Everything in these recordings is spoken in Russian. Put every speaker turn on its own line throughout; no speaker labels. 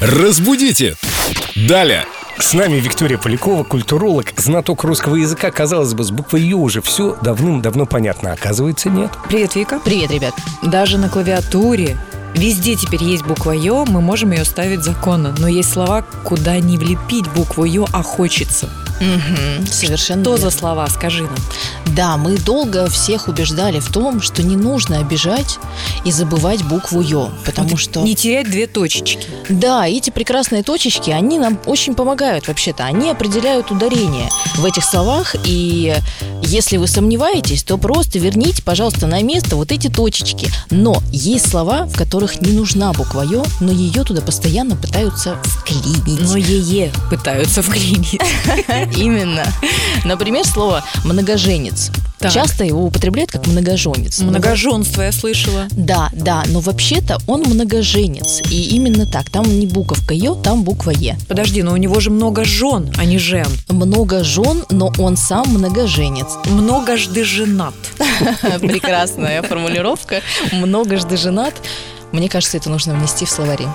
Разбудите! Далее!
С нами Виктория Полякова, культуролог, знаток русского языка. Казалось бы, с буквой «ю» уже все давным-давно понятно. а Оказывается, нет.
Привет, Вика.
Привет, ребят.
Даже на клавиатуре везде теперь есть буква «ё», мы можем ее ставить законно. Но есть слова, куда не влепить букву «ё», а хочется.
Мгм, совершенно.
Что
верно.
за слова, скажи нам.
Да, мы долго всех убеждали в том, что не нужно обижать и забывать букву Ё, потому
Вот
что
Не терять две точечки.
да, эти прекрасные точечки, они нам очень помогают вообще-то, они определяют ударение в этих словах, и если вы сомневаетесь, то просто верните, пожалуйста, на место вот эти точечки. Но есть слова, в которых не нужна буква Ё, но ее туда постоянно пытаются вклинить.
Но «е-е» пытаются вклинить.
Именно. Например, слово «многоженец».
Так.
Часто его употребляют как многоженец.
Многоженство я слышала.
Да, да, но вообще-то он многоженец. И именно так. Там не буковка Ё, там буква Е.
Подожди, но у него же много жен, а не жен.
Много жен, но он сам многоженец.
Многожды женат.
Прекрасная формулировка. Многожды женат. Мне кажется, это нужно внести в словари.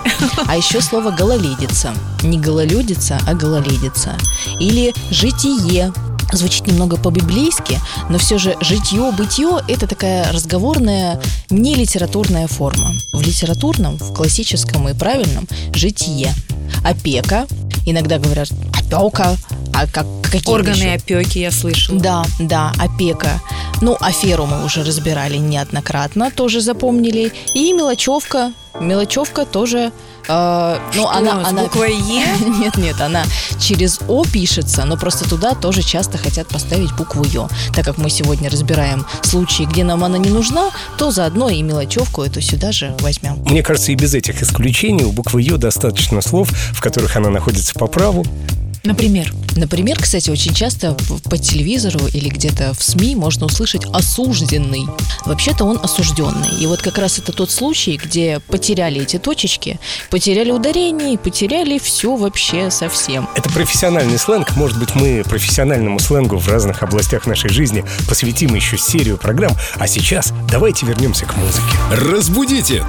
А еще слово «гололедица». Не «гололедица», а «гололедица». Или «житие». Звучит немного по-библейски, но все же житье-бытье – это такая разговорная, не литературная форма. В литературном, в классическом и правильном – житие. Опека. Иногда говорят «опека», а как, какие еще?
Органы опеки я слышала.
Да, да, опека. Ну, аферу мы уже разбирали неоднократно, тоже запомнили. И мелочевка. Мелочевка тоже... э, ну,
Что,
она,
с
она...
буквой «е»?
Нет, нет, она через О пишется, но просто туда тоже часто хотят поставить букву Ё. Так как мы сегодня разбираем случаи, где нам она не нужна, то заодно и мелочевку эту сюда же возьмем.
Мне кажется, и без этих исключений у буквы «ё» достаточно слов, в которых она находится по праву.
Например.
Например, кстати, очень часто в- по телевизору или где-то в СМИ можно услышать «осужденный». Вообще-то он осужденный. И вот как раз это тот случай, где потеряли эти точечки, потеряли ударение и потеряли все вообще совсем.
Это профессиональный сленг. Может быть, мы профессиональному сленгу в разных областях нашей жизни посвятим еще серию программ. А сейчас давайте вернемся к музыке.
Разбудите!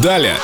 Далее!